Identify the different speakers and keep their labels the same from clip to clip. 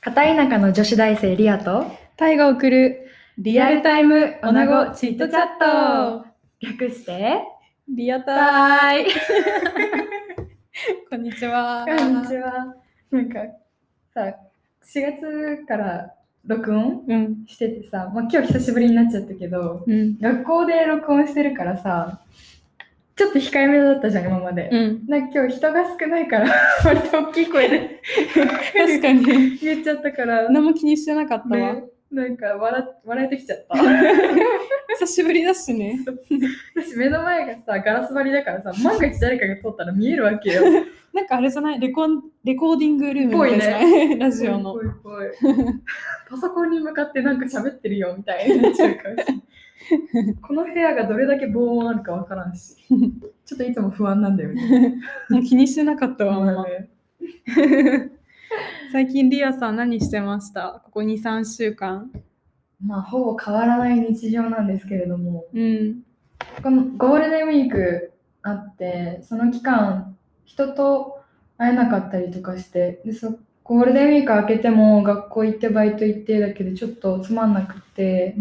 Speaker 1: 片田舎の女子大生リアと
Speaker 2: タイが送るリアルタイムおなごチットチャット
Speaker 1: 略して
Speaker 2: リアタイ
Speaker 1: バイ
Speaker 2: こんにちは
Speaker 1: こんにちはなんかさ4月から録音
Speaker 2: うん
Speaker 1: しててさ、まあ、今日久しぶりになっちゃったけど
Speaker 2: うん
Speaker 1: 学校で録音してるからさちょっと控えめだったじゃん今まで、
Speaker 2: うん
Speaker 1: なんか今日人が少ないから 割と大きい声 で
Speaker 2: 確かに
Speaker 1: 言っちゃったから、ね、
Speaker 2: 何も気にしてなかったわ、
Speaker 1: なんか笑っ笑えてきちゃ った
Speaker 2: 久しぶりだしね
Speaker 1: 私目の前がさガラス張りだからさ万が一誰かが通ったら見えるわけよ。
Speaker 2: なんかあれじゃないレコンレコーディングルームみたいじゃな
Speaker 1: ぽ
Speaker 2: いラジオの
Speaker 1: ぽいぽいぽい パソコンに向かってなんか喋ってるよみたいになっちゃうかもしれないこの部屋がどれだけ防音あるかわからん しちょっといつも不安なんだよね。
Speaker 2: もう気にしてなかったわ、ママ
Speaker 1: ね
Speaker 2: 最近リアさん何してましたここ23週間
Speaker 1: まあほぼ変わらない日常なんですけれども
Speaker 2: うん
Speaker 1: このゴールデンウィークあってその期間人と会えなかったりとかしてでそゴールデンウィーク明けても学校行ってバイト行ってだけでちょっとつまんなくって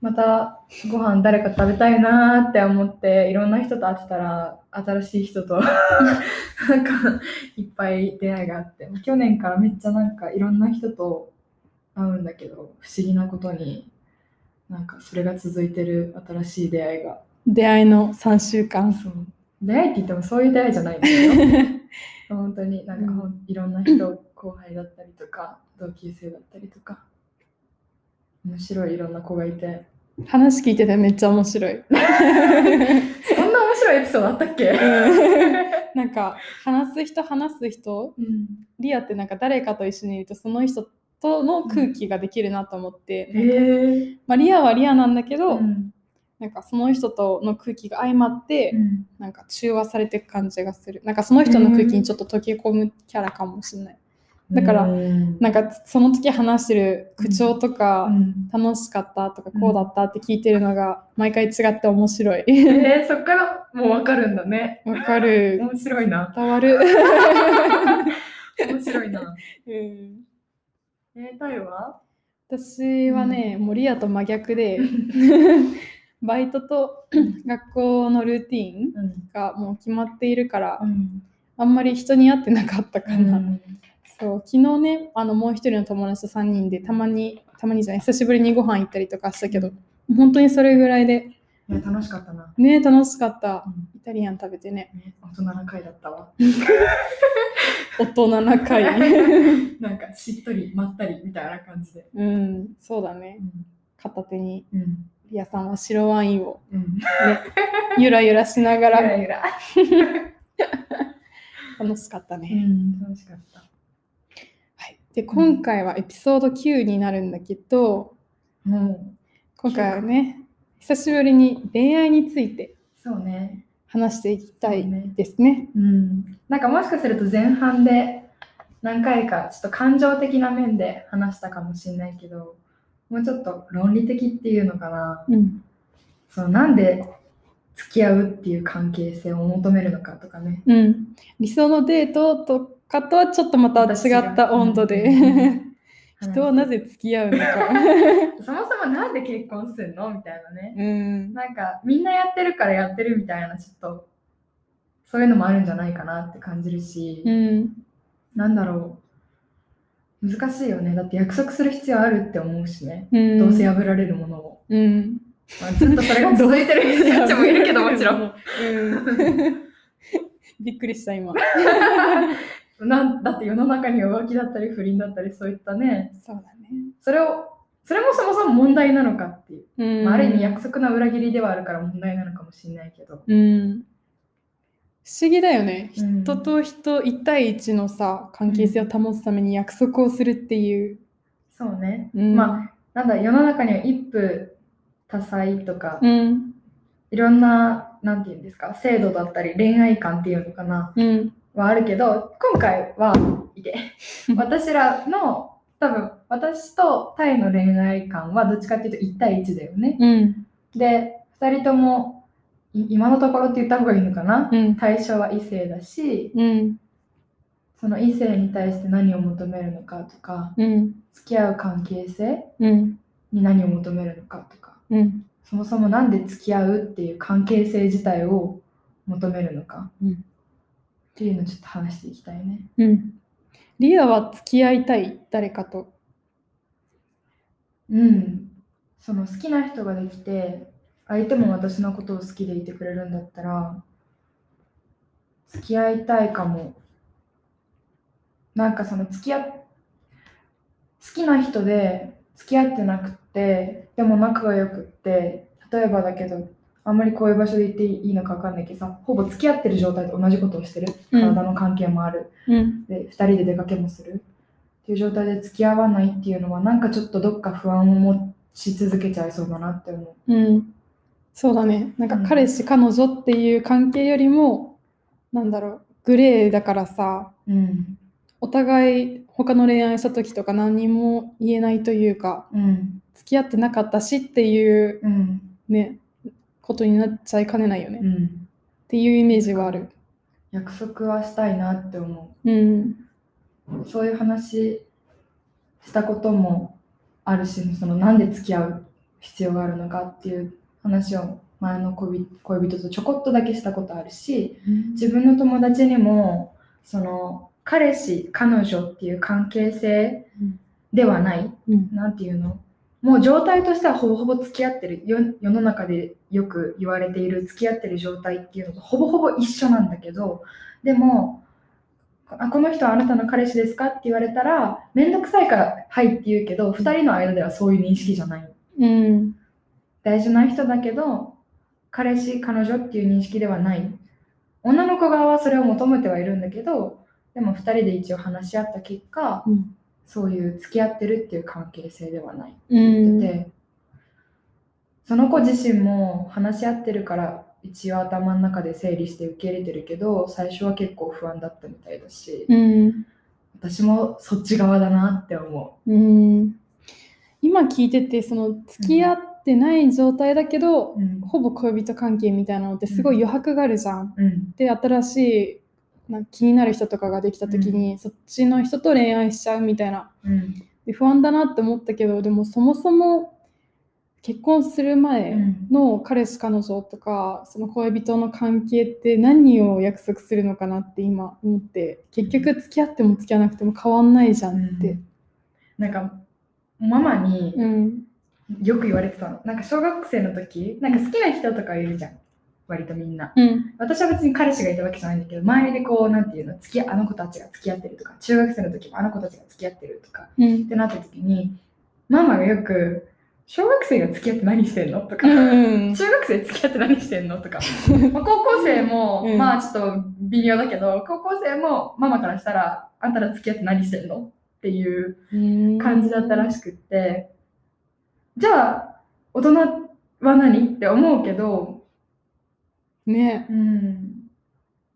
Speaker 1: またご飯誰か食べたいなーって思っていろんな人と会ってたら新しい人 となんかいっぱい出会いがあって去年からめっちゃなんかいろんな人と会うんだけど不思議なことになんかそれが続いてる新しい出会いが
Speaker 2: 出会いの3週間
Speaker 1: そう出会いって言ってもそういう出会いじゃないんだ よ本当になんかほん、いろんな人後輩だったりとか同級生だったりとか面白いいろんな子がいて
Speaker 2: 話聞いててめっちゃ面白い
Speaker 1: そんな面白いエピソードあったっけ、
Speaker 2: なんか話す人話す人
Speaker 1: うん、
Speaker 2: リアってなんか誰かと一緒にいるとその人との空気ができるなと思って、
Speaker 1: え
Speaker 2: まあ、リアはリアなんだけど、
Speaker 1: うん
Speaker 2: なんかその人との空気が相まって、
Speaker 1: うん
Speaker 2: なんか中和されていく感じがするなんかその人の空気にちょっと溶け込むキャラかもしれない、だから
Speaker 1: うん
Speaker 2: なんかその時話してる口調とか、
Speaker 1: うん
Speaker 2: 楽しかったとか
Speaker 1: うん
Speaker 2: こうだったって聞いてるのが毎回違って面白い
Speaker 1: えー、そっからもう分かるんだね
Speaker 2: わ かる
Speaker 1: 面白いな
Speaker 2: 伝わる、
Speaker 1: 面白いな
Speaker 2: うん
Speaker 1: えー、タイは
Speaker 2: 私はね、もうリアと真逆で バイトと学校のルーティン
Speaker 1: うん
Speaker 2: がもう決まっているから
Speaker 1: うん
Speaker 2: あんまり人に会ってなかったかな、
Speaker 1: うん
Speaker 2: そう昨日ねあのもう一人の友達と3人でたまにたまにじゃない久しぶりにご飯行ったりとかしたけど本当にそれぐらいで
Speaker 1: いや楽しかったな、
Speaker 2: ね楽しかった
Speaker 1: うん
Speaker 2: イタリアン食べてね
Speaker 1: ね、大人な回だったわ
Speaker 2: 大人な会
Speaker 1: なんかしっとりまったりみたいな感じで
Speaker 2: うんそうだね
Speaker 1: うん
Speaker 2: 片手に
Speaker 1: うん
Speaker 2: リアさんは白ワインを
Speaker 1: うん
Speaker 2: ゆらゆらしなが
Speaker 1: ゆ
Speaker 2: ら
Speaker 1: らゆら
Speaker 2: 楽しかったね、
Speaker 1: うん楽しかった
Speaker 2: はい、で今回はエピソード9になるんだけど
Speaker 1: うん
Speaker 2: 今回はね久しぶりに恋愛について
Speaker 1: そうね
Speaker 2: 話していきた
Speaker 1: そう
Speaker 2: い
Speaker 1: ね
Speaker 2: ですね。
Speaker 1: うんなんかもしかすると前半で何回かちょっと感情的な面で話したかもしれないけどもうちょっと論理的っていうのかな
Speaker 2: うん
Speaker 1: そのなんで付き合うっていう関係性を求めるのかとかね
Speaker 2: うん、理想のデートとかとはちょっとまた違った温度で
Speaker 1: うん
Speaker 2: 人はなぜ付き合うのか。
Speaker 1: そもそもなんで結婚するのみたいなね
Speaker 2: うん、
Speaker 1: なんかみんなやってるからやってるみたいなちょっとそういうのもあるんじゃないかなって感じるし、
Speaker 2: うん、
Speaker 1: なんだろう難しいよねだって約束する必要あるって思うしね、
Speaker 2: うん
Speaker 1: どうせ破られるものを、
Speaker 2: うん、
Speaker 1: まあ、ずっとそれが続いてる人たちもいるけどもちろん
Speaker 2: うん。びっくりした今。
Speaker 1: なんだって世の中には浮気だったり不倫だったりそういったね
Speaker 2: そうだね。
Speaker 1: それをそれもそもそも問題なのかっていう、
Speaker 2: うん、
Speaker 1: まあ、ある意味約束の裏切りではあるから問題なのかもしれないけど、
Speaker 2: うん、不思議だよね、
Speaker 1: うん
Speaker 2: 人と人1対1のさ関係性を保つために約束をするっていう、
Speaker 1: そうね、
Speaker 2: うん
Speaker 1: まあなんだ世の中には一夫多妻とか、
Speaker 2: うん
Speaker 1: いろんな、なんていうんですか、制度だったり恋愛観っていうのかな、
Speaker 2: うん、
Speaker 1: はあるけど、今回は、いて 私らの、多分、私とタイの恋愛観はどっちかっていうと1対1だよね。
Speaker 2: うん
Speaker 1: で、2人とも、い今のところって言った方がいいのかな、
Speaker 2: うん
Speaker 1: 対象は異性だし、
Speaker 2: うん
Speaker 1: その異性に対して何を求めるのかとか
Speaker 2: うん
Speaker 1: 付き合う関係性
Speaker 2: うん
Speaker 1: に何を求めるのかとか
Speaker 2: うん
Speaker 1: そもそもなんで付き合うっていう関係性自体を求めるのか、
Speaker 2: うん
Speaker 1: っていうのをちょっと話していきたいね。
Speaker 2: うんリアは付き合いたい誰かと
Speaker 1: うん、その好きな人ができて相手も私のことを好きでいてくれるんだったら付き合いたいかもなんかその付き合っ好きな人で付き合ってなくってでも仲が良くって例えばだけどあんまりこういう場所で言っていいのか分かんないけどさほぼ付き合ってる状態と同じことをしてる
Speaker 2: うん
Speaker 1: 体の関係もある、
Speaker 2: うん
Speaker 1: で2人で出かけもするっていう状態で付き合わないっていうのはなんかちょっとどっか不安を持ち続けちゃいそうだなって思
Speaker 2: うんそうだねなんか
Speaker 1: うん
Speaker 2: 彼氏彼女っていう関係よりもなんだろうグレーだからさ
Speaker 1: ううん
Speaker 2: お互い他の恋愛した時とか何にも言えないというか
Speaker 1: うん
Speaker 2: 付き合ってなかったしっていう
Speaker 1: うん
Speaker 2: ねことになっちゃいかねないよね、
Speaker 1: う
Speaker 2: っ
Speaker 1: ん
Speaker 2: ていうイメージはある
Speaker 1: 約束はしたいなって思
Speaker 2: うん
Speaker 1: うそういう話したこともあるしそのなんで付き合う必要があるのかっていう話を前の恋人恋人とちょこっとだけしたことあるし、自分の友達にもその彼氏彼女っていう関係性ではない、
Speaker 2: うん
Speaker 1: なんていうのもう状態としてはほぼほぼ付き合ってるよ世の中でよく言われている付き合ってる状態っていうのとほぼほぼ一緒なんだけどでもあこの人はあなたの彼氏ですかって言われたら面倒くさいから「はい」って言うけど2人の間ではそういう認識じゃない
Speaker 2: うん
Speaker 1: 大事な人だけど彼氏彼女っていう認識ではない女の子側はそれを求めてはいるんだけどでも2人で一応話し合った結果
Speaker 2: うん
Speaker 1: そういう付き合ってるっていう関係性ではないって
Speaker 2: う
Speaker 1: 言
Speaker 2: ん
Speaker 1: ってて、その子自身も話し合ってるから一応頭の中で整理して受け入れてるけど最初は結構不安だったみたいだし、
Speaker 2: うん
Speaker 1: 私もそっち側だなって思
Speaker 2: うん今聞いててその付き合ってない状態だけ
Speaker 1: う。
Speaker 2: ど、
Speaker 1: うん
Speaker 2: ほぼ恋人関係みたいなのってすごい余白があるじゃん。
Speaker 1: うん
Speaker 2: で新しいなんか気になる人とかができた時に、そっちの人と恋愛しちゃうみたいな
Speaker 1: うん
Speaker 2: で不安だなって思ったけどでもそもそも結婚する
Speaker 1: う
Speaker 2: 前
Speaker 1: ん
Speaker 2: の彼氏彼女とかその恋人の関係って何を約束するのかなって今思って結局付き合っても付き合わなくても変わんないじゃんって。
Speaker 1: なんかママに
Speaker 2: うん
Speaker 1: よく言われてたのなんか小学生の時なんか好きな人とかいるじゃん割とみんな
Speaker 2: うん
Speaker 1: 私は別に彼氏がいたわけじゃないんだけど周りでこうなんていうの付きあの子たちが付き合ってるとか中学生の時もあの子たちが付き合ってるとか
Speaker 2: う
Speaker 1: っ
Speaker 2: ん
Speaker 1: てなった時にママがよく「小学生が付き合って何してんの?」とか、
Speaker 2: うん
Speaker 1: 中学生付き合って何してんの?」と かまあ高校生も、
Speaker 2: うん
Speaker 1: まあちょっと微妙だけど高校生もママからしたら「あんたら付き合って何してんの?」っていう感じだったらしくって、じゃあ大人は何って思うけど、
Speaker 2: ね
Speaker 1: うん、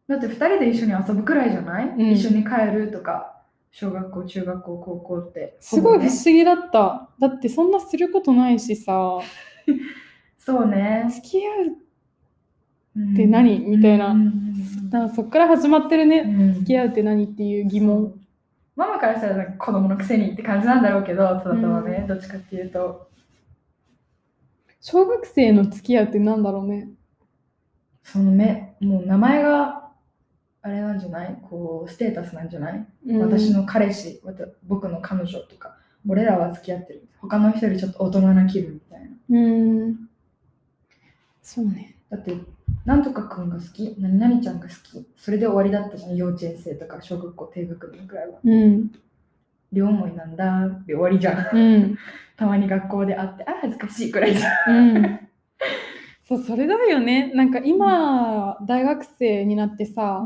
Speaker 1: だって2人で一緒に遊ぶくらいじゃない、
Speaker 2: ん
Speaker 1: 一緒に帰るとか小学校中学校高校って
Speaker 2: すご
Speaker 1: ほ
Speaker 2: い不
Speaker 1: ぼね
Speaker 2: 思議だっただってそんなすることないしさ
Speaker 1: そうね、
Speaker 2: 付き合う
Speaker 1: うん
Speaker 2: って何みたいな
Speaker 1: うん
Speaker 2: だからそっから始まってるね
Speaker 1: うん
Speaker 2: 付き合うって何っていう疑問
Speaker 1: ママからしたらなんか子供のくせにって感じなんだろうけどただただね、どっちかっていうと
Speaker 2: 小学生の付き合うってなんだろうね
Speaker 1: その目もう名前があれなんじゃないこうステータスなんじゃない私の彼氏、わた僕の彼女とか、俺らは付き合ってる。他の人よりちょっと大人な気分みたいな。
Speaker 2: うんそうね
Speaker 1: だって、なんとかくんが好き、何々ちゃんが好き、それで終わりだったじゃん、幼稚園生とか小学校低学年くらいは。
Speaker 2: うん
Speaker 1: 両思いなんだって終わりじゃん。
Speaker 2: うん
Speaker 1: たまに学校で会って、あ、恥ずかしいくらいじゃん。
Speaker 2: うんそうそれだよねなんか今大学生になってさ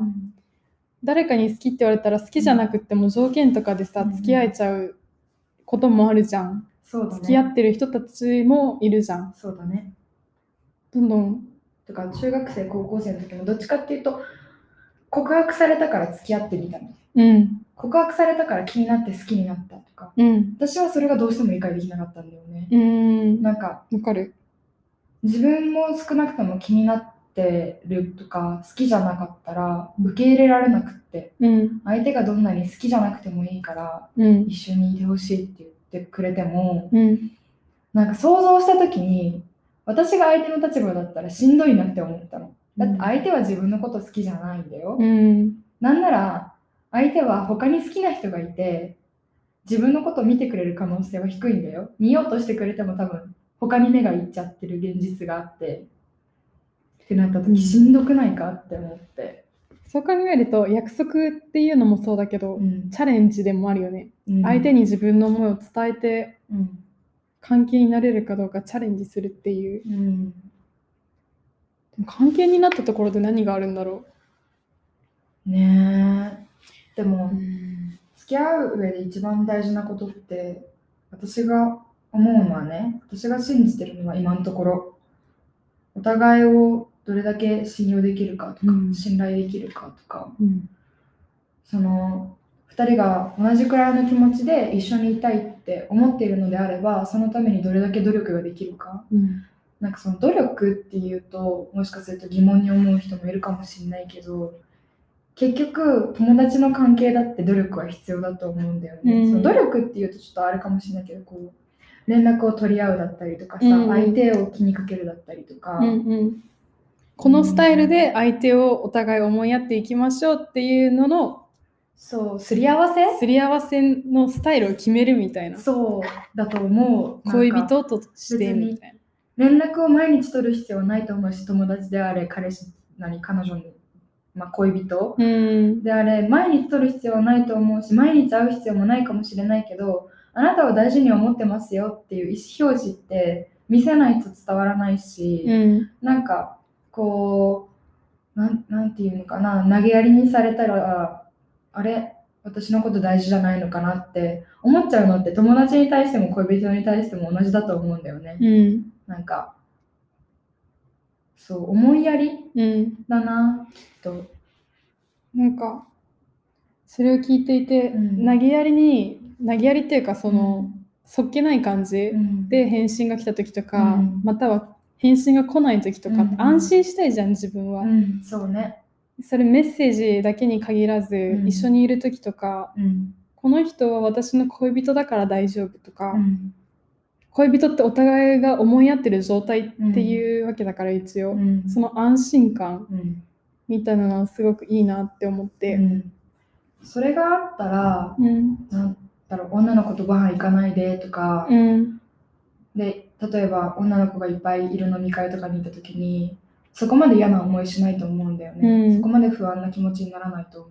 Speaker 2: 誰かに好きって言われたら好きじゃなくっても条件とかでさ
Speaker 1: うん
Speaker 2: 付き合えちゃうこともあるじゃん
Speaker 1: そうだね。
Speaker 2: 付き合ってる人たちもいるじゃん
Speaker 1: そうだね。
Speaker 2: どんどん
Speaker 1: とか、中学生、高校生の時もどっちかっていうと、告白されたから付き合ってみたの。
Speaker 2: うん
Speaker 1: 告白されたから気になって好きになったとか。
Speaker 2: うん
Speaker 1: 私はそれがどうしても理解できなかったんだよね。
Speaker 2: うん
Speaker 1: なんか
Speaker 2: わかる
Speaker 1: 自分も少なくとも気になっってるとか好きじゃなかったら受け入れられなくって
Speaker 2: うん
Speaker 1: 相手がどんなに好きじゃなくてもいいから
Speaker 2: うん
Speaker 1: 一緒にいてほしいって言ってくれても
Speaker 2: うん
Speaker 1: なんか想像した時に私が相手の立場だったらしんどいなって思ったのだって相手は自分のこと好きじゃないんだよ、
Speaker 2: うん
Speaker 1: なんなら相手は他に好きな人がいて自分のことを見てくれる可能性は低いんだよ見ようとしてくれても多分他に目がいっちゃってる現実があってってなった
Speaker 2: うん
Speaker 1: 時しんどくないかって思って、
Speaker 2: そう考えると約束っていうのもそうだけど、
Speaker 1: うん
Speaker 2: チャレンジでもあるよね、
Speaker 1: うん
Speaker 2: 相手に自分の思いを伝えて
Speaker 1: うん
Speaker 2: 関係になれるかどうかチャレンジするっていう
Speaker 1: うん
Speaker 2: でも関係になったところで何があるんだろ
Speaker 1: ねえで
Speaker 2: う、
Speaker 1: も付き合う上で一番大事なことって私が思うのはね私が信じてるのは今のところお互いをどれだけ信用できるかとか、
Speaker 2: うん
Speaker 1: 信頼できるかとか
Speaker 2: うん
Speaker 1: その2人が同じくらいの気持ちで一緒にいたいって思っているのであればそのためにどれだけ努力ができるか
Speaker 2: うん
Speaker 1: なんかその努力っていうともしかすると疑問に思う人もいるかもしれないけど結局友達の関係だって努力は必要だと思うんだよね、
Speaker 2: うん
Speaker 1: その努力っていうとちょっとあれかもしれないけどこう連絡を取り合うだったりとかさ、
Speaker 2: うん
Speaker 1: 相手を気にかけるだったりとか、
Speaker 2: うんうんこのスタイルで相手をお互い思いやっていきましょうっていうのの
Speaker 1: そうすり合わせ
Speaker 2: すり合わせのスタイルを決めるみたいな
Speaker 1: そうだと思う
Speaker 2: 恋
Speaker 1: なんか
Speaker 2: 人としてみたいな。
Speaker 1: 連絡を毎日取る必要はないと思うし友達であれ彼氏なり彼女に、まあ、恋人
Speaker 2: うん
Speaker 1: であれ毎日取る必要はないと思うし毎日会う必要もないかもしれないけどあなたを大事に思ってますよっていう意思表示って見せないと伝わらないし、
Speaker 2: うん
Speaker 1: なんかこうなんなんていうのかな投げやりにされたらあれ私のこと大事じゃないのかなって思っちゃうのって友達に対しても恋人に対しても同じだと思うんだよね。
Speaker 2: うん
Speaker 1: なんか、そう、思いやり
Speaker 2: うん
Speaker 1: だな、きっと。
Speaker 2: なんかそれを聞いていて、
Speaker 1: うん
Speaker 2: 投げやりに投げやりっていうかその、そっけない感じ
Speaker 1: うん、
Speaker 2: で返信が来た時とか、
Speaker 1: うん
Speaker 2: または返信が来ない時とかって
Speaker 1: うん
Speaker 2: 安心したいじゃん自分は、
Speaker 1: うん、そうね。
Speaker 2: それメッセージだけに限らず、
Speaker 1: うん
Speaker 2: 一緒にいる時とか
Speaker 1: うん。
Speaker 2: この人は私の恋人だから大丈夫とか、
Speaker 1: うん
Speaker 2: 恋人ってお互いが思い合ってる状態っていうわけだから一応、
Speaker 1: うん
Speaker 2: その安心感
Speaker 1: うん
Speaker 2: みたいなのはすごくいいなって思っ
Speaker 1: う
Speaker 2: て、
Speaker 1: んそれがあったら、
Speaker 2: うん
Speaker 1: なんだろう、女の子とご飯行かないでとか、
Speaker 2: うん
Speaker 1: で、例えば女の子がいっぱいいる飲み会とかに行った時に、そこまで嫌な思いしないと思うんだよね。
Speaker 2: うん
Speaker 1: そこまで不安な気持ちにならないと思う。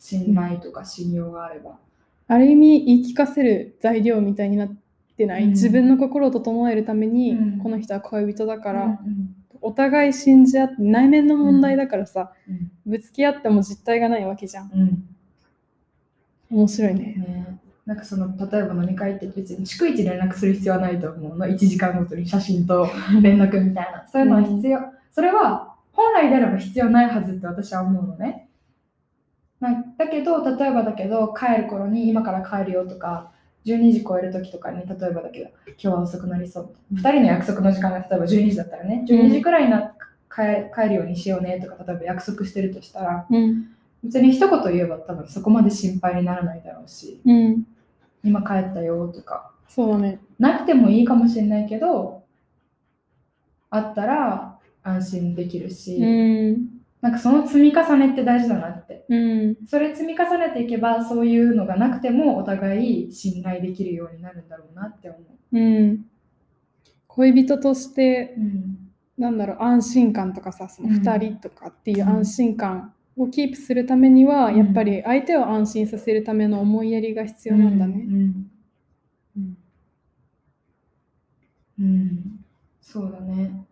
Speaker 1: 信頼とか信用があれば。
Speaker 2: ある意味言い聞かせる材料みたいになってない、
Speaker 1: うん
Speaker 2: 自分の心を整えるために、
Speaker 1: うん
Speaker 2: この人は恋人だか、
Speaker 1: から
Speaker 2: お互い信じ合って内面の問題だからさ、
Speaker 1: うん、
Speaker 2: ぶつけ合っても実態がないわけじゃん
Speaker 1: うん、うん。
Speaker 2: 面白いね
Speaker 1: ねなんかその例えば飲み会って別に逐一連絡する必要はないと思うの1時間ごとに写真と連絡みたいなそういうのは必要、それは本来であれば必要ないはずって私は思うのね、まあ、だけど例えばだけど帰る頃に今から帰るよとか12時超える時とかに例えばだけど今日は遅くなりそう2人の約束の時間が例えば12時だったらね12時くらいにな帰帰るようにしようねとか例えば約束してるとしたら
Speaker 2: うん
Speaker 1: 別に一言言えば多分そこまで心配にならないだろうし
Speaker 2: うん
Speaker 1: 今帰ったよとか
Speaker 2: そうだね
Speaker 1: なくてもいいかもしれないけどあったら安心できるし、
Speaker 2: うん
Speaker 1: なんかその積み重ねって大事だなって
Speaker 2: うん
Speaker 1: それ積み重ねていけばそういうのがなくてもお互い信頼できるようになるんだろうなって思う、
Speaker 2: うん恋人として
Speaker 1: うん
Speaker 2: なんだろう安心感とかさその
Speaker 1: うん
Speaker 2: 2人とかっていう
Speaker 1: うん
Speaker 2: 安心感をキープするためには、
Speaker 1: うん
Speaker 2: やっぱり相手を安心させるための思いやりが必要なんだね、
Speaker 1: うんうんそうだね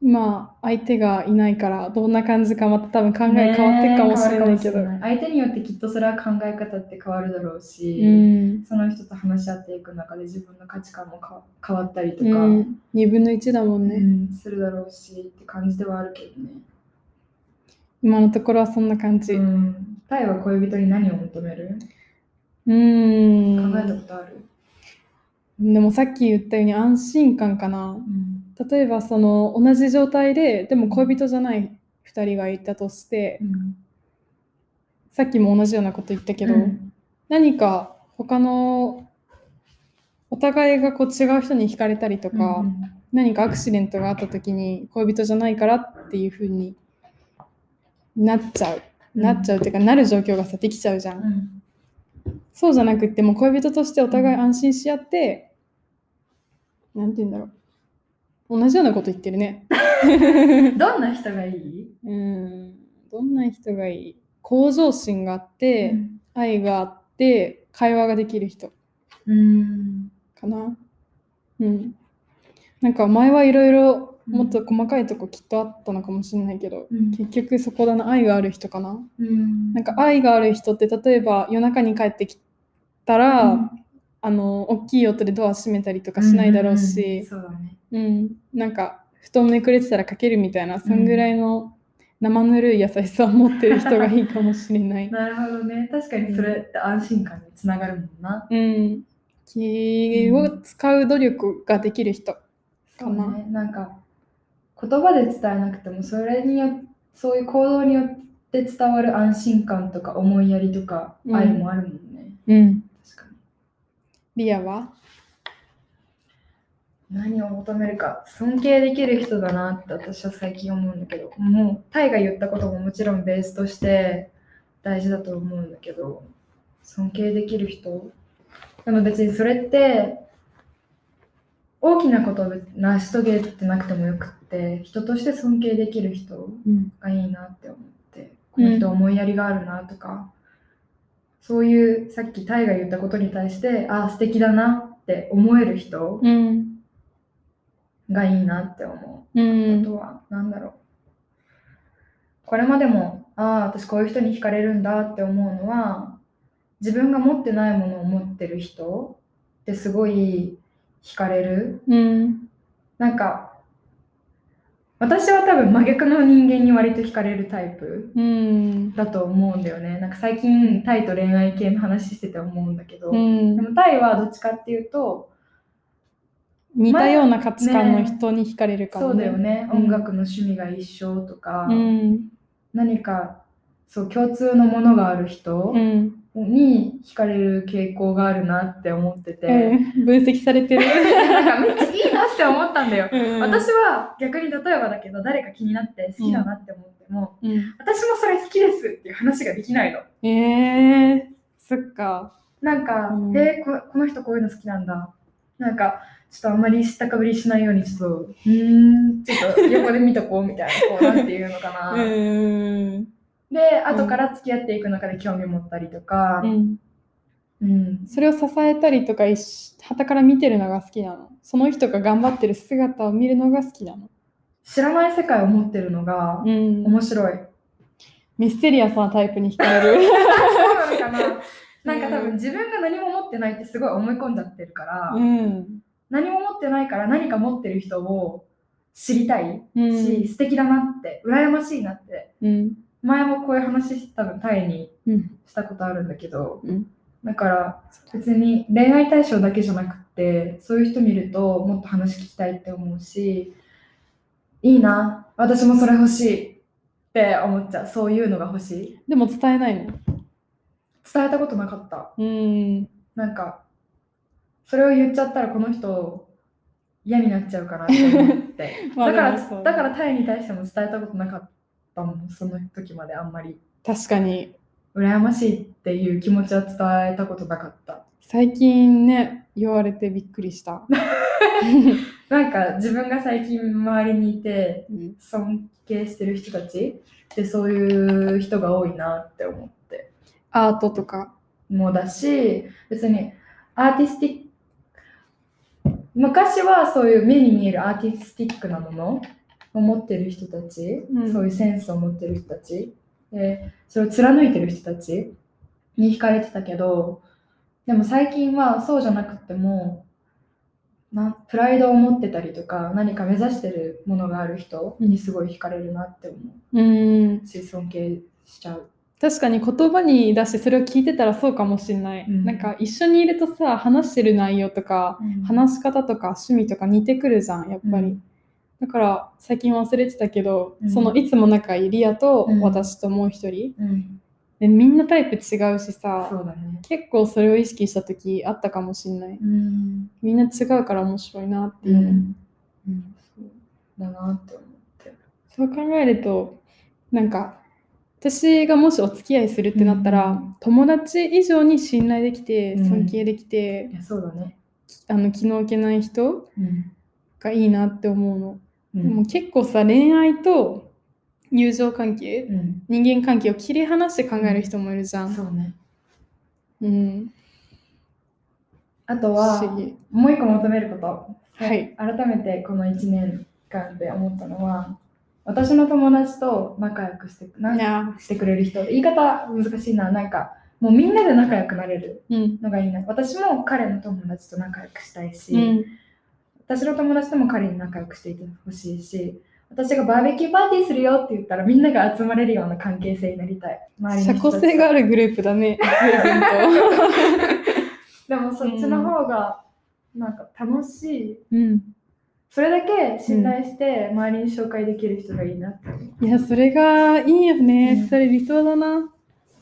Speaker 2: まあ相手がいないからどんな感じかまた多分考え変わっていくかもしれないけど、
Speaker 1: ねえ変わるかもしれない相手によってきっとそれは考え方って変わるだろうし、
Speaker 2: うん
Speaker 1: その人と話し合っていく中で自分の価値観もか変わったりと
Speaker 2: う
Speaker 1: か、
Speaker 2: ん、2分の1だもんね、
Speaker 1: うんするだろうしって感じではあるけどね。
Speaker 2: 今のところはそんな感じ
Speaker 1: う、
Speaker 2: うん
Speaker 1: タイは恋人に何を求める、
Speaker 2: ーん
Speaker 1: 考えたことある、
Speaker 2: でもさっき言ったように安心感かな
Speaker 1: うん
Speaker 2: 例えばその同じ状態ででも恋人じゃない2人がいたとして
Speaker 1: うん
Speaker 2: さっきも同じようなこと言ったけど、
Speaker 1: うん
Speaker 2: 何か他のお互いがこう違う人に惹かれたりとか、
Speaker 1: うん
Speaker 2: 何かアクシデントがあった時に恋人じゃないからっていう風になっちゃうなっちゃうっていうか、なる状況がさできちゃうじゃん、
Speaker 1: うん
Speaker 2: そうじゃなくってもう恋人としてお互い安心し合って、なんて言うんだろう同じようなこと言ってるね
Speaker 1: どんな人がいい
Speaker 2: うんどんな人がいい向上心があって、
Speaker 1: うん
Speaker 2: 愛があって会話ができる人
Speaker 1: うん
Speaker 2: かなうんなんか前はいろいろもっと細かいとこきっとあったのかもしれないけど、
Speaker 1: うん
Speaker 2: 結局そこだな愛がある人かな
Speaker 1: うん
Speaker 2: なんか愛がある人って例えば夜中に帰ってきたら、
Speaker 1: うん
Speaker 2: あの大きい音でドア閉めたりとかしないだろうし、
Speaker 1: うんうんうんそうだね
Speaker 2: うんなんか布団めくれてたらかけるみたいなそんぐらいの生ぬるい優しさを持ってる人がいいかもしれない、
Speaker 1: なるほどね確かにそれって安心感につながるもんな
Speaker 2: うん、気を使う努力ができる人
Speaker 1: そ
Speaker 2: か
Speaker 1: う
Speaker 2: な
Speaker 1: ねなんか言葉で伝えなくてもそれによそういう行動によって伝わる安心感とか思いやりとか
Speaker 2: うん
Speaker 1: 愛もあるもんね、
Speaker 2: うん
Speaker 1: 確かに
Speaker 2: リアは
Speaker 1: 何を求めるか尊敬できる人だなって私は最近思うんだけどもうタイが言ったことももちろんベースとして大事だと思うんだけど尊敬できる人でも別にそれって大きなことを成し遂げてなくてもよくって人として尊敬できる人
Speaker 2: うん
Speaker 1: がいいなって思ってこの人思いやりがあるなとか、そういうさっきタイが言ったことに対してああ素敵だなって思える人
Speaker 2: うん
Speaker 1: がいいなって思
Speaker 2: う
Speaker 1: う。あ
Speaker 2: ん
Speaker 1: とは何だろう。これまでもああ私こういう人に惹かれるんだって思うのは自分が持ってないものを持ってる人ってすごい惹かれる
Speaker 2: うん
Speaker 1: なんか私は多分真逆の人間に割と惹かれるタイプ
Speaker 2: うん
Speaker 1: だと思うんだよねなんか最近タイと恋愛系の話してて思うんだけど、
Speaker 2: うん
Speaker 1: でもタイはどっちかっていうと
Speaker 2: 似たような価値観の人に惹かれるか
Speaker 1: そ
Speaker 2: も、
Speaker 1: うだよね、
Speaker 2: うん
Speaker 1: 音楽の趣味が一緒とか、
Speaker 2: うん。
Speaker 1: 何かそう共通のものがある人
Speaker 2: うん。
Speaker 1: に惹かれる傾向があるなって思ってて、
Speaker 2: うん分析されてる。
Speaker 1: なんかめっちゃいいなって思ったんだよ。
Speaker 2: うん
Speaker 1: 私は逆に例えばだけど誰か気になって好きだなって思っても、
Speaker 2: うん
Speaker 1: 私もそれ好きですっていう話ができないの。
Speaker 2: ええそっか。
Speaker 1: なんか、
Speaker 2: うん
Speaker 1: えーここの人こういうの好きなんだ。なんかちょっとあんまり知ったかぶりしないようにちょっとうーんちょっと横で見とこうみたいなこ うなんていうのかな。
Speaker 2: うん。
Speaker 1: で後から付き合っていく中で興味持ったりとか、うん、
Speaker 2: それを支えたりとか、はたから見てるのが好きなの。その人が頑張ってる姿を見るのが好きなの。
Speaker 1: 知らない世界を持ってるのが
Speaker 2: うん
Speaker 1: 面白 い。
Speaker 2: ミステリアスなタイプに惹かれる。
Speaker 1: そうなのか ななんか多
Speaker 2: うん
Speaker 1: 分自分が何も持ってないってすごい思い込んじゃってるから、
Speaker 2: うん。
Speaker 1: 何も持ってないから何か持ってる人を知りたいし、素敵だなって羨ましいなって
Speaker 2: うん。
Speaker 1: 前もこういう話多分タイに
Speaker 2: うん。
Speaker 1: したことあるんだけど、
Speaker 2: うん
Speaker 1: だから別に恋愛対象だけじゃなくってそういう人見るともっと話聞きたいって思うしいいな私もそれ欲しいって思っちゃうそういうのが欲しい
Speaker 2: でも伝えないの。
Speaker 1: 伝えたことなかった
Speaker 2: うん。
Speaker 1: なんか、それを言っちゃったらこの人嫌になっちゃうかなって思って。
Speaker 2: まあ
Speaker 1: だから、
Speaker 2: でもそう
Speaker 1: だからタイに対しても伝えたことなかったもん、その時まであんまり。
Speaker 2: 確かに。
Speaker 1: 羨ましいっていう気持ちは伝えたことなかった。
Speaker 2: 最近ね言われてびっくりした、
Speaker 1: なんか自分が最近周りにいて
Speaker 2: うん
Speaker 1: 尊敬してる人たちってそういう人が多いなって思って。
Speaker 2: アートとか
Speaker 1: もだし別にアーティスティック昔はそういう目に見えるアーティスティックなものを持ってる人たち、
Speaker 2: うん
Speaker 1: そういうセンスを持ってる人たちでそれを貫いてる人たちに惹かれてたけどでも最近はそうじゃなくてもなプライドを持ってたりとか何か目指してるものがある人にすごい惹かれるなって思
Speaker 2: うん
Speaker 1: うし尊敬しちゃう。
Speaker 2: 確かに言葉に出してそれを聞いてたらそうかもしれない、
Speaker 1: うん
Speaker 2: なんか一緒にいるとさ話してる内容とか話し方とか趣味とか似てくるじゃんやっぱり、
Speaker 1: うん
Speaker 2: だから最近忘れてたけど、
Speaker 1: うん
Speaker 2: そのいつも仲いいリアと
Speaker 1: うん
Speaker 2: 私ともう一人、
Speaker 1: うん、
Speaker 2: でみんなタイプ違うしさ
Speaker 1: そうだね。
Speaker 2: 結構それを意識した時あったかもしんない
Speaker 1: うん。
Speaker 2: みんな違うから面白いなって
Speaker 1: う
Speaker 2: いう、
Speaker 1: ん。うん、だなって思って。
Speaker 2: そう考えるとなんか私がもしお付き合いするってなったら、
Speaker 1: うん
Speaker 2: 友達以上に信頼できて
Speaker 1: うん
Speaker 2: 尊敬できて
Speaker 1: い、や、そうだね。
Speaker 2: あの気の置けない人
Speaker 1: うん。
Speaker 2: がいいなって思うの、
Speaker 1: う
Speaker 2: でも
Speaker 1: ん。
Speaker 2: 結構さ恋愛と友情関係、
Speaker 1: うん、
Speaker 2: 人間関係を切り離して考える人もいるじゃん、
Speaker 1: そうね。
Speaker 2: うん、
Speaker 1: あと
Speaker 2: 不
Speaker 1: は、
Speaker 2: 思議。
Speaker 1: もう一個求めること。
Speaker 2: はい。
Speaker 1: 改めてこの1年間で思ったのは、私の友達と仲良くしてなん
Speaker 2: なあ
Speaker 1: してくれる人。言い方難しいな。なんか、もうみんなで仲良くなれる
Speaker 2: うん。
Speaker 1: のがいいな。私も彼の友達と仲良くしたいし、
Speaker 2: うん。
Speaker 1: 私の友達とも彼に仲良くしていてほしいし、私がバーベキューパーティーするよって言ったらみんなが集まれるような関係性になりたい。周り
Speaker 2: 社
Speaker 1: の人
Speaker 2: 交
Speaker 1: たちと
Speaker 2: 性があるグループだね。
Speaker 1: でもそっちの方がなんか楽しい。
Speaker 2: うん。
Speaker 1: それだけ信頼して周りに紹介できる人がいいなって思う。
Speaker 2: いや、それがいいよね。
Speaker 1: うん
Speaker 2: それ理想だな。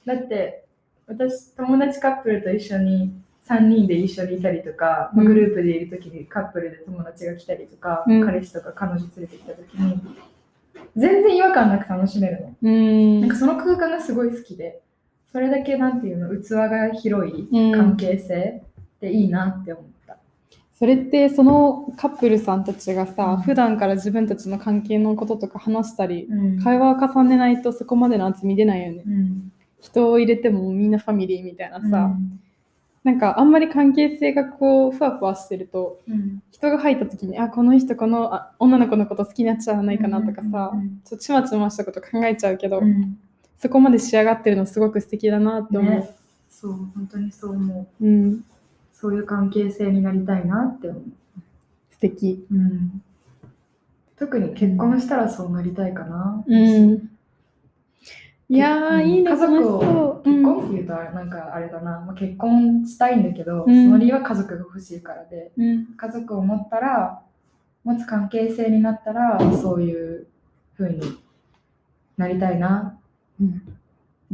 Speaker 1: だって私友達カップルと一緒に3人で一緒にいたりとか、まあ
Speaker 2: うん
Speaker 1: グループでいる時にカップルで友達が来たりとか、
Speaker 2: うん
Speaker 1: 彼氏とか彼女連れてきた時に全然違和感なく楽しめるの、
Speaker 2: うん。
Speaker 1: なんかその空間がすごい好きでそれだけなんていうの器が広い
Speaker 2: うん
Speaker 1: 関係性でいいなって思った、
Speaker 2: それってそのカップルさんたちがさ、
Speaker 1: うん
Speaker 2: 普段から自分たちの関係のこととか話したり、
Speaker 1: うん
Speaker 2: 会話を重ねないとそこまでの厚み出ないよね。
Speaker 1: うん
Speaker 2: 人を入れてもみんなファミリーみたいなさ、
Speaker 1: うん
Speaker 2: なんかあんまり関係性がこうふわふわしてると
Speaker 1: うん
Speaker 2: 人が入った時にあこの人このあ女の子のこと好きになっちゃわないかなとかさ、
Speaker 1: うん
Speaker 2: ちょっとちまちましたこと考えちゃうけど、
Speaker 1: うん
Speaker 2: そこまで仕上がってるのすごく素敵だなって思う、
Speaker 1: ねそう本当にそう思う
Speaker 2: うん
Speaker 1: そういう関係性になりたいなって思う
Speaker 2: 素敵
Speaker 1: うん特に結婚したらそうなりたいかな。
Speaker 2: うんいやー、
Speaker 1: うん
Speaker 2: いいね
Speaker 1: 家族
Speaker 2: 楽しそ
Speaker 1: を
Speaker 2: う
Speaker 1: 結婚っていうとなんかあれだな、まあ、結婚したいんだけど、
Speaker 2: うん
Speaker 1: その理由は家族が欲しいからで
Speaker 2: うんうん
Speaker 1: 家族を持ったら持つ関係性になったらそういう風になりたいな
Speaker 2: うん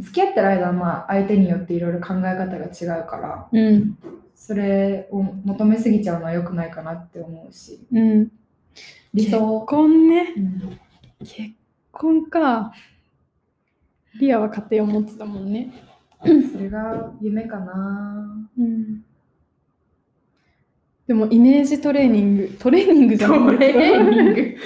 Speaker 1: 付き合ってる間はまあ相手によっていろいろ考え方が違うから
Speaker 2: うん
Speaker 1: それを求めすぎちゃうのは良くないかなって思うし
Speaker 2: うん、
Speaker 1: 理
Speaker 2: 結
Speaker 1: 想、
Speaker 2: 婚ね
Speaker 1: うん
Speaker 2: 結婚かリアは家庭を持ってたもんね
Speaker 1: それが夢かな
Speaker 2: うんでもイメージトレーニングトレーニングじゃない
Speaker 1: グ。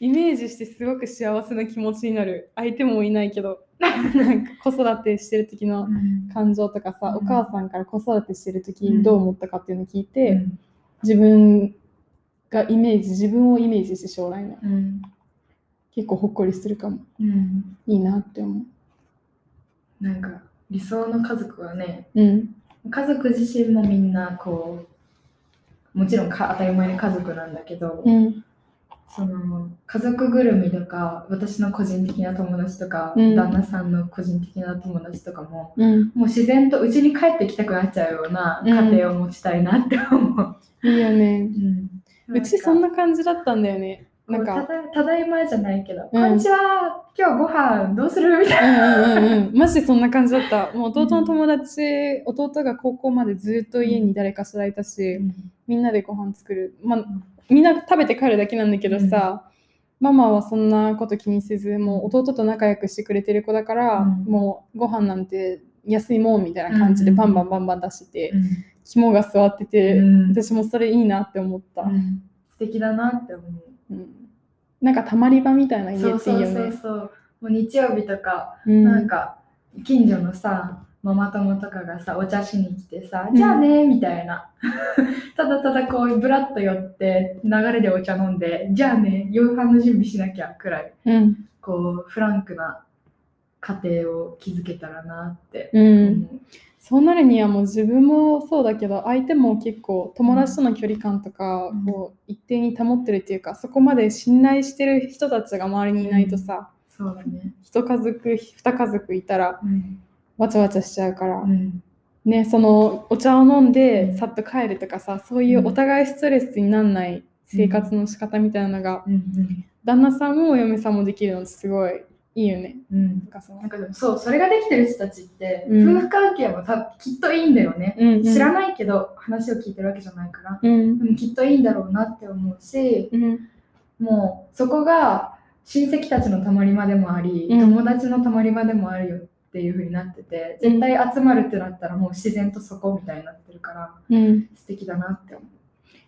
Speaker 2: イメージしてすごく幸せな気持ちになる相手もいないけど なんか子育てしてる時の感情とかさ、
Speaker 1: うん
Speaker 2: お母さんから子育てしてる
Speaker 1: う
Speaker 2: 時
Speaker 1: ん
Speaker 2: どう思ったかっていうのを聞いて、
Speaker 1: うん
Speaker 2: 自分がイメージ自分をイメージして将来の
Speaker 1: うん
Speaker 2: 結構ほっこりするかも
Speaker 1: うん
Speaker 2: いいなって思
Speaker 1: なんか理想の家族はね、
Speaker 2: ううん
Speaker 1: 家族自身もみんなこう、もちろんか当たり前に家族なんだけど、
Speaker 2: うん
Speaker 1: その家族ぐるみとか、私の個人的な友達とか、
Speaker 2: うん
Speaker 1: 旦那さんの個人的な友達とかも、
Speaker 2: うん
Speaker 1: もう自然と家に帰ってきたくなっちゃうような家庭を持ちたいなって思う。
Speaker 2: いいよね
Speaker 1: うん
Speaker 2: うちそん
Speaker 1: な
Speaker 2: な感じだったんだよね
Speaker 1: な
Speaker 2: なん
Speaker 1: んか
Speaker 2: か
Speaker 1: ただただいまじゃないけど、
Speaker 2: うん
Speaker 1: こんにちは、今日ご飯どうするみたいな。
Speaker 2: うんうんうんうんマジでそんな感じだ ったもう弟の友達弟が高校までずっと家に誰かしらいたし、みんなでご飯作る、まあ、みんな食べて帰るだけなんだけどさ、ママはそんなこと気にせずもう弟と仲良くしてくれてる子だから、
Speaker 1: うん
Speaker 2: もうご飯なんて安いもんみたいな感じで
Speaker 1: うん
Speaker 2: バンバンバンバン出してて、
Speaker 1: うん
Speaker 2: 肝が座ってて、
Speaker 1: うん
Speaker 2: 私もそれいいなって思った、
Speaker 1: うん素敵だなって思う。
Speaker 2: うんなんかたまり場みたいな家
Speaker 1: そう
Speaker 2: っていい
Speaker 1: そう
Speaker 2: よね
Speaker 1: そうそう。もう日曜日とか、
Speaker 2: うん
Speaker 1: なんか近所のさ、ママ友とかがさ、お茶しに来てさ、
Speaker 2: うん
Speaker 1: じゃあねみたいな。 ただただこう、ぶらっと寄って、流れでお茶飲んで、じゃあね、夕飯の準備しなきゃくらい、
Speaker 2: うん
Speaker 1: こう、フランクな家庭を築けたらなって
Speaker 2: う
Speaker 1: 思う。
Speaker 2: んそうなるにはもう自分もそうだけど相手も結構友達との距離感とか
Speaker 1: うん
Speaker 2: こう一定に保ってるっていうかそこまで信頼してる人たちが周りにいないとさ、
Speaker 1: そうだね。
Speaker 2: 一家族二家族いたら
Speaker 1: うん。
Speaker 2: わちゃわちゃしちゃうから、
Speaker 1: うん。
Speaker 2: ねそのお茶を飲ん
Speaker 1: う
Speaker 2: で
Speaker 1: ん
Speaker 2: さっと帰るとかさそういうお互いストレスにならない生活の仕方みたいなのが、
Speaker 1: うんうん
Speaker 2: 旦那さんもお嫁さんもできるのってすごいいいよね。
Speaker 1: うん
Speaker 2: なんかその
Speaker 1: なんかでもそう、それができてる人たちって、
Speaker 2: うん
Speaker 1: 夫婦関係も多分きっといいんだよね。
Speaker 2: うんうん
Speaker 1: 知らないけど話を聞いてるわけじゃないから、
Speaker 2: うん
Speaker 1: でもきっといいんだろうなって思うし、
Speaker 2: うん
Speaker 1: もうそこが親戚たちのたまり場でもあり、
Speaker 2: うん
Speaker 1: 友達のたまり場でもあるよっていう風になってて、絶対集まるってなったらもう自然とそこみたいになってるから、
Speaker 2: うん
Speaker 1: 素敵だなって思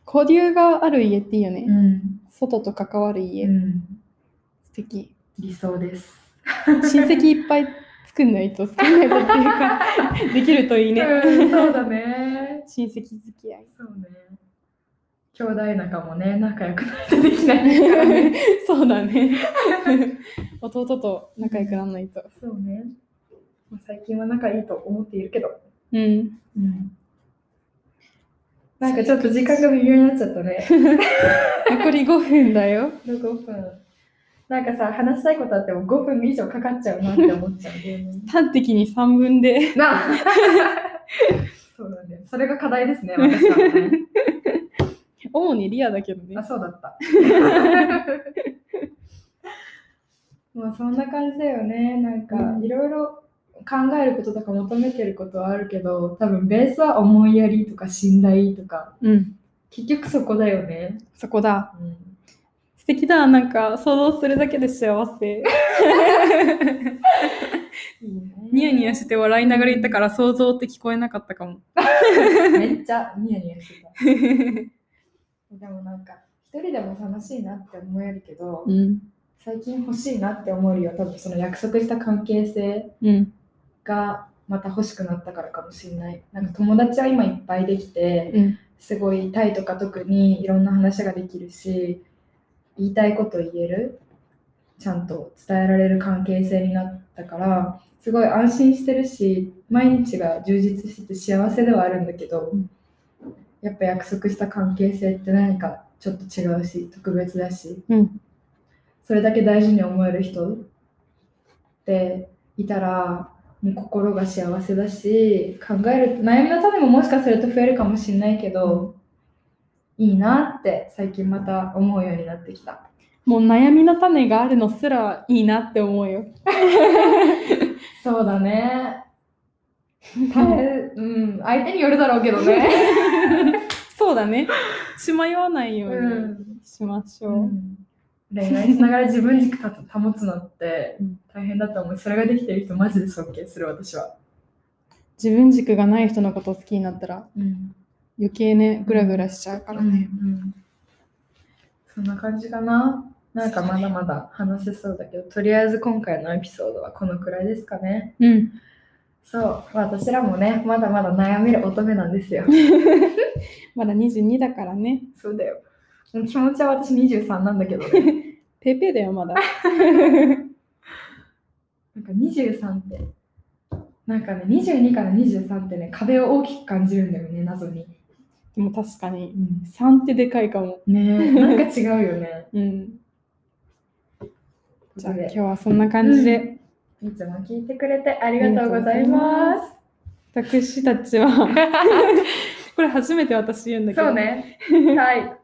Speaker 2: 交流がある家っていいよね。
Speaker 1: う。うん。
Speaker 2: 外と関わる家、
Speaker 1: うん、
Speaker 2: 素敵。
Speaker 1: 理想です。
Speaker 2: 親戚いっぱい作んないと作んないとっていう かできるといいね
Speaker 1: うん、そうだね。
Speaker 2: 親戚付き合い
Speaker 1: そうね。兄弟仲もね、仲良くないとできないから ね。
Speaker 2: そうだね 弟と仲良くならないと
Speaker 1: そうね。まあ最近は仲いいと思っているけど。
Speaker 2: うん
Speaker 1: うん。なんかちょっと時間が微妙になっちゃったね。
Speaker 2: 残り5分だよ
Speaker 1: 5分。なんかさ、話したいことあっても5分以上かかっちゃうなって思っちゃうんだよね
Speaker 2: 端的に3分で
Speaker 1: なあそうなんだよ。それが課題ですね、私は、ね。
Speaker 2: 主にリアだけどね
Speaker 1: あ、そうだった。 まあそんな感じだよね。なんか
Speaker 2: うん
Speaker 1: いろいろ考えることとか求めてることはあるけど、多分ベースは思いやりとか信頼とか、
Speaker 2: うん
Speaker 1: 結局そこだよね。
Speaker 2: そこだ
Speaker 1: うん、
Speaker 2: 素敵だなんか想像するだけで幸せ
Speaker 1: いいね
Speaker 2: ニヤニヤして笑いながら言ったから想像って聞こえなかった かも
Speaker 1: めっちゃニヤニヤしてた。でもなんか一人でも楽しいなって思えるけど、
Speaker 2: うん
Speaker 1: 最近欲しいなって思えるよ。多分その約束した関係性
Speaker 2: うん
Speaker 1: がまた欲しくなったからかもしれない。なんか友達は今いっぱいできて、
Speaker 2: うん
Speaker 1: すごいタイとか特にいろんな話ができるし言いたいこと言えるちゃんと伝えられる関係性になったからすごい安心してるし毎日が充実してて幸せではあるんだけど、
Speaker 2: うん
Speaker 1: やっぱ約束した関係性って何かちょっと違うし特別だし
Speaker 2: うん
Speaker 1: それだけ大事に思える人っていたらもう心が幸せだし考える悩みの種ももしかすると増えるかもしれないけど、いいなって最近また思うようになってきた
Speaker 2: もう悩みの種があるのすらいいなって思うよ
Speaker 1: そうだね大変 うん相手によるだろうけどね、
Speaker 2: そうだね。血迷わないよ
Speaker 1: う
Speaker 2: うに
Speaker 1: ん
Speaker 2: しましょう。
Speaker 1: 恋愛しながら自分軸た保つのって
Speaker 2: うん
Speaker 1: 大変だと思うそれができてる人マジで尊敬する私は、
Speaker 2: 自分軸がない人のことを好きになったら
Speaker 1: うん
Speaker 2: 余計ね、グラグラしちゃうからね。
Speaker 1: そんな感じかななんかまだまだ話せそうだけどとりあえず今回のエピソードはこのくらいですかね
Speaker 2: うん。
Speaker 1: そう、私らもね、まだまだ悩める乙女なんですよ。
Speaker 2: まだ22だからね。
Speaker 1: そうだよ。もう気持ちは私23なんだけどね。
Speaker 2: ペーペーだよ、まだ。
Speaker 1: なんか23って、なんかね、22から23ってね、壁を大きく感じるんだよね、謎に。
Speaker 2: でも確かに。3ってでかいかも。
Speaker 1: ねえ、なんか違うよね。
Speaker 2: うん。じゃあ今
Speaker 1: で
Speaker 2: 日はそんな感じで、
Speaker 1: いつも聞いてくれてありがとうございます。
Speaker 2: 私たち は、これ初めて私言うんだけど。
Speaker 1: そう。ね。 はい。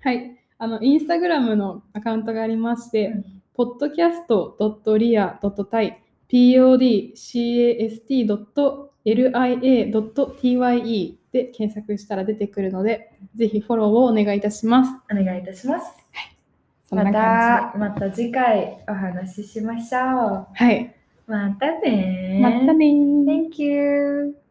Speaker 2: はい。あの、インスタグラムのアカウントがありまして、
Speaker 1: うん
Speaker 2: podcast.ria.tai podcast.lia.tye で検索したら出てくるので、ぜひフォローをお願いいたします。
Speaker 1: お願いいたします。
Speaker 2: そん
Speaker 1: ま
Speaker 2: な感
Speaker 1: た、また次回お話ししましょう。
Speaker 2: じで。はい。
Speaker 1: またねー
Speaker 2: またねー
Speaker 1: Thank you.